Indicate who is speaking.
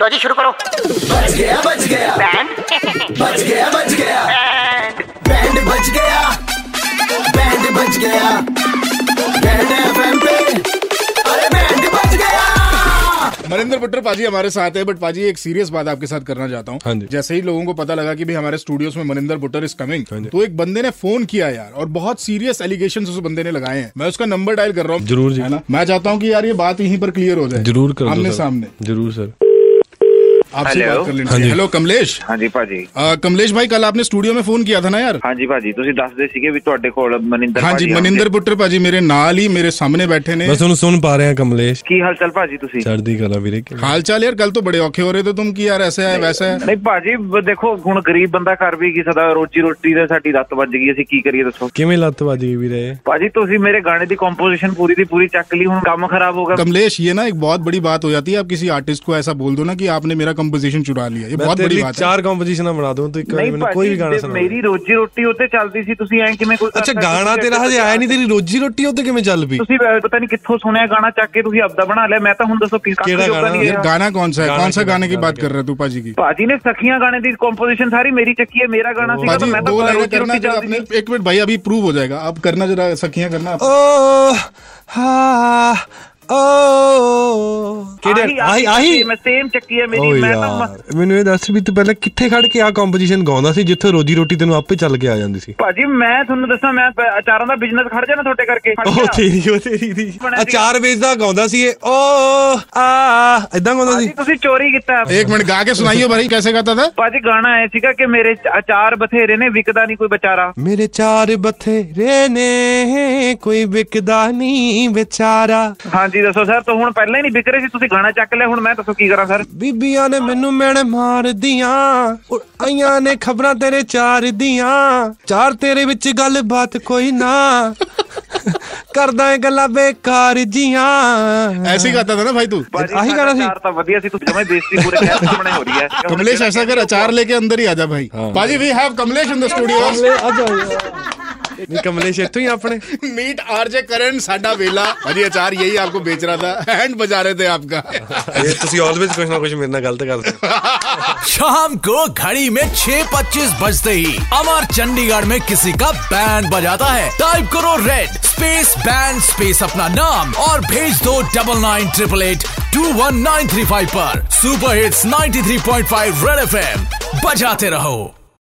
Speaker 1: लो जी शुरू करो
Speaker 2: बच गया बच गया
Speaker 1: बैंड
Speaker 2: बच गया बच गया बैंड बच गया बैंड बच गया बैंड एफएम पे अरे बैंड बच गया
Speaker 3: मरिंदर बुट्टर पाजी हमारे साथ है बट पाजी एक सीरियस बात आपके साथ करना चाहता
Speaker 4: हाँ
Speaker 3: हूँ
Speaker 4: जी।
Speaker 3: जैसे ही लोगों को पता लगा कि भी हमारे स्टूडियोस में मनिंदर बुट्टर इज कमिंग
Speaker 4: हाँ जी।
Speaker 3: तो एक बंदे ने फोन किया यार और बहुत सीरियस एलिगेशन उस बंदे ने लगाए हैं मैं उसका नंबर डायल कर रहा हूँ
Speaker 4: जरूर जी।
Speaker 3: है ना मैं चाहता हूँ कि यार ये बात यहीं पर क्लियर हो जाए
Speaker 4: जरूर कर दो
Speaker 3: आमने
Speaker 4: सर।
Speaker 3: सामने
Speaker 4: जरूर सर
Speaker 3: आपसे
Speaker 5: Hello?
Speaker 3: बात कर लेनी
Speaker 4: हाँ
Speaker 3: चाहिए।
Speaker 4: जी।
Speaker 3: हेलो कमलेश
Speaker 5: ਹਾਂਜੀ ਭਾਜੀ
Speaker 3: अ, कमलेश भाई कल आपने स्टूडियो में फोन किया था ना यार
Speaker 5: ਹਾਂਜੀ ਭਾਜੀ ਤੁਸੀਂ ਦੱਸਦੇ ਸੀਗੇ ਵੀ ਤੁਹਾਡੇ ਕੋਲ ਮਨਿੰਦਰ
Speaker 3: हाँ जी
Speaker 5: ਭਾਜੀ
Speaker 3: मनिंदर बुट्टर हाँ, पाजी मेरे नाल ही मेरे सामने बैठे ने
Speaker 4: ਮੈਂ ਤੁਹਾਨੂੰ ਸੁਣ ਪਾ ਰਿਹਾ ਕਮਲੇਸ਼
Speaker 5: ਕੀ ਹਾਲ ਚਾਲ ਭਾਜੀ ਤੁਸੀਂ
Speaker 4: ਚੜ੍ਹਦੀ ਕਲਾ ਵੀਰੇ ਕਿ-
Speaker 3: हाल चाल यार कल तो बड़े औखे हो रहे थे तुम कि यार ऐसा है वैसा है
Speaker 5: ਨਹੀਂ ਭਾਜੀ ਬ- ਦੇਖੋ ਹੁਣ ਗਰੀਬ ਬੰਦਾ ਕਰ ਵੀ ਕੀ ਸਕਦਾ ਰੋਜੀ ਰੋਟੀ ਦੇ ਸਾਡੀ ਰੱਤ ਵੱਜ ਗਈ ਅਸੀਂ ਕੀ ਕਰੀਏ ਦੱਸੋ
Speaker 4: ਕਿਵੇਂ ਲੱਤ ਵੱਜ ਗਈ ਵੀਰੇ
Speaker 5: ਭਾਜੀ ਤੁਸੀਂ ਮੇਰੇ ਗਾਣੇ ਦੀ ਕੰਪੋਜੀਸ਼ਨ ਪੂਰੀ ਦੀ ਪੂਰੀ ਚੱਕ ਲਈ ਹੁਣ ਕੰਮ ਖਰਾਬ ਹੋ ਗਿਆ
Speaker 3: कमलेश ये ना एक बहुत बड़ी बात हो जाती है आप किसी आर्टिस्ट को ऐसा बोल दो ना कि आपने मेरा कंपोजिशन चुरा लिया ये
Speaker 4: ਮੈਂ
Speaker 3: बहुत
Speaker 4: ਤੇਰੇ
Speaker 3: बड़ी
Speaker 4: ਲਈ
Speaker 3: बात है
Speaker 4: ਚਾਰ ਕੰਪੋਜੀਸ਼ਨਾਂ ਬਣਾ ਦੂੰ ਤੂੰ ਇੱਕ ਵਾਰੀ
Speaker 5: ਨਹੀਂ
Speaker 4: ਮੈਨੂੰ ਕੋਈ
Speaker 5: ਭਾਜੀ
Speaker 4: ਵੀ ਗਾਣਾ
Speaker 5: ਤੇ
Speaker 4: ਸੁਣਾ ਦੇ।
Speaker 5: ਮੇਰੀ ਰੋਜੀ ਰੋਟੀ ਉੱਤੇ ਚੱਲਦੀ ਸੀ ਤੁਸੀਂ ਐ ਕਿਵੇਂ ਕੋਈ
Speaker 4: ਅੱਛਾ
Speaker 5: ਕਰਤਾ?
Speaker 4: ਗਾਣਾ
Speaker 5: ਤੁਸੀਂ
Speaker 4: ਤੇਰਾ ਹਜੇ ਆਇਆ ਨਹੀਂ ਤੇਰੀ ਰੋਜੀ ਰੋਟੀ ਉੱਤੇ ਕਿਵੇਂ ਚੱਲ ਪਈ
Speaker 5: ਤੁਸੀਂ ਅ, ਪਤਾ ਨਹੀਂ ਕਿੱਥੋਂ ਸੁਣਿਆ ਗਾਣਾ ਚੱਕ ਕੇ ਤੁਸੀਂ ਆਪਦਾ ਬਣਾ ਲਿਆ ਮੈਂ ਤਾਂ ਹੁਣ ਦੱਸੋ ਕਿ
Speaker 4: ਕਿਹੜਾ
Speaker 5: ਯੋਗਦਾਨ
Speaker 4: ਗਾਣਾ?
Speaker 5: ਨਹੀਂ
Speaker 3: यार
Speaker 5: ਰਿਹਾ।
Speaker 3: गाना कौन सा है
Speaker 4: गाना
Speaker 3: कौन सा
Speaker 4: की
Speaker 3: गाने की
Speaker 4: बात
Speaker 3: बात
Speaker 4: कर
Speaker 3: कर रहे हो तू पाजी की
Speaker 5: ਭਾਜੀ ਨੇ ਸਖੀਆਂ ਗਾਣੇ ਦੀ ਕੰਪੋਜੀਸ਼ਨ ਸਾਰੀ ਮੇਰੀ ਚੱਕੀ ਹੈ ਮੇਰਾ ਗਾਣਾ ਸੀਗਾ ਤਾਂ
Speaker 3: पाजी
Speaker 5: ਮੈਂ ਤਾਂ
Speaker 3: दो लाइनें
Speaker 5: ਰੋਜੀ
Speaker 3: करना
Speaker 5: ਰੋਟੀ
Speaker 3: जरा
Speaker 5: ਚੱਲਦੀ
Speaker 3: अपने
Speaker 5: ਸੀ
Speaker 3: एक मिनट भाई अभी प्रूव हो जाएगा आप करना जरा सखियां करना आप।
Speaker 4: ਓ ਹਾ ਓ ਕਿਹੜੇ ਆਹੀ ਆਹੀ
Speaker 5: ਮੈਂ ਸੇਮ ਚੱਕੀ ਹੈ
Speaker 4: ਓ
Speaker 5: ਮੇਰੀ ਮੈਂ ਤਾਂ ਮ-
Speaker 4: ਯਾਰ ਮੈਨੂੰ ਇਹ ਦੱਸ ਵੀ ਤੂੰ ਪਹਿਲਾਂ ਕਿੱਥੇ ਖੜ ਕੇ ਆ ਕੰਪੋਜੀਸ਼ਨ ਗਾਉਂਦਾ ਸੀ ਜਿੱਥੇ ਰੋਜੀ ਰੋਟੀ ਤੈਨੂੰ ਆਪੇ ਚੱਲ ਕੇ ਆ ਜਾਂਦੀ ਸੀ
Speaker 5: ਭਾਜੀ ਮੈਂ ਤੁਹਾਨੂੰ ਦੱਸਾਂ ਮੈਂ ਪ- ਅਚਾਰਾਂ ਦਾ ਬਿਜ਼ਨਸ ਖੜ ਜਾਣਾ ਤੁਹਾਡੇ ਕਰਕੇ ਖੜ
Speaker 4: ਉਹ
Speaker 5: ਗਿਆ।
Speaker 4: ਤੇਰੀ ਉਹ ਤੇਰੀ ਦੀ
Speaker 5: ਬਣਿਆ ਸੀਗਾ।
Speaker 4: ਅਚਾਰ ਵੇਚਦਾ ਗਾਉਂਦਾ ਸੀ ਇਹ ਓ ਆ ਇਦਾਂ ਗਾਉਂਦਾ
Speaker 5: ਭਾਜੀ
Speaker 4: ਸੀ
Speaker 5: ਤੁਸੀਂ ਚੋਰੀ ਕੀਤਾ
Speaker 3: एक मिनट गा के सुनाइए भाई कैसे गाता था
Speaker 5: ਭਾਜੀ ਗਾਣਾ ਆਇਆ ਸੀਗਾ ਕਿ ਮੇਰੇ ਚ- ਅਚਾਰ ਬਥੇਰੇ ਨੇ ਵਿਕਦਾ ਨਹੀਂ ਕੋਈ ਵਿਚਾਰਾ
Speaker 4: ਮੇਰੇ ਚਾਰ ਬਥੇਰੇ ਨੇ ਕੋਈ ਵਿਕਦਾ ਨਹੀਂ ਵਿਚਾਰਾ
Speaker 5: ਹਾਂਜੀ ਦੱਸੋ ਸਰ ਤਾਂ ਹੁਣ ਪਹਿਲਾਂ ਹੀ ਨਹੀਂ ਵਿਕ ਰਹੇ ਸੀ ਤੁਸੀਂ ਗਾਣਾ ਚੱਕ ਲਿਆ ਹੁਣ ਮੈਂ ਦੱਸੋ ਕੀ ਕਰਾਂ ਸਰ
Speaker 4: ਬੀਬੀਆਂ ਨੇ ਮੈਨੂੰ ਮੈਣ ਮਾਰਦੀਆਂ ਔਰ ਆਈਆਂ ਨੇ ਖਬਰਾਂ ਤੇਰੇ ਚਾਰ ਦੀਆਂ ਚਾਰ ਤੇਰੇ ਵਿੱਚ ਗੱਲਬਾਤ ਕੋਈ ਨਾ ਕਰਦਾ ਏ ਗੱਲਾਂ ਬੇਕਾਰ ਜੀਆਂ
Speaker 3: ऐसे ही गाता था ना भाई तू
Speaker 5: ਭਾਜੀ
Speaker 4: ਆਹੀ ਗਾਣਾ ਸੀ।
Speaker 5: ਅਚਾਰ ਤਾਂ ਵਧੀਆ ਸੀ ਤੁਸੀਂ ਜਮੇ ਬੇਇੱਜ਼ਤੀ ਪੂਰੇ ਸ਼ਹਿਰ ਸਾਹਮਣੇ ਹੋ ਰਹੀ ਹੈ
Speaker 3: कमलेश ऐसा कर अचार लेके अंदर ही आजा भाई
Speaker 4: हाँ।
Speaker 3: पाजी we have Kamlesh in the studio
Speaker 4: ਨਹੀਂ ਕਮਲੇਸ਼ ਇੱਥੋਂ ਹੀ ਆਪਣੇ
Speaker 3: मीट आरजे करण साडा वेला भाजी अचार यही आपको बेच रहा था हैंड बजा रहे थे आपका
Speaker 4: ਇਹ ਤੁਸੀਂ ਆਲਵੇਜ਼ ਕੁਝ ਨਾ ਕੁਝ ਮੇਰੇ ਨਾਲ ਗਲਤ ਕਰਦੇ ਹੋ।
Speaker 6: शाम को घड़ी में 6:25 बजते ही अमर चंडीगढ़ में किसी का बैंड बजाता है टाइप करो रेड स्पेस बैंड स्पेस अपना नाम और भेज दो double nine triple eight two one nine three five पर सुपर हिट्स 93.5 रेड एफएम बजाते रहो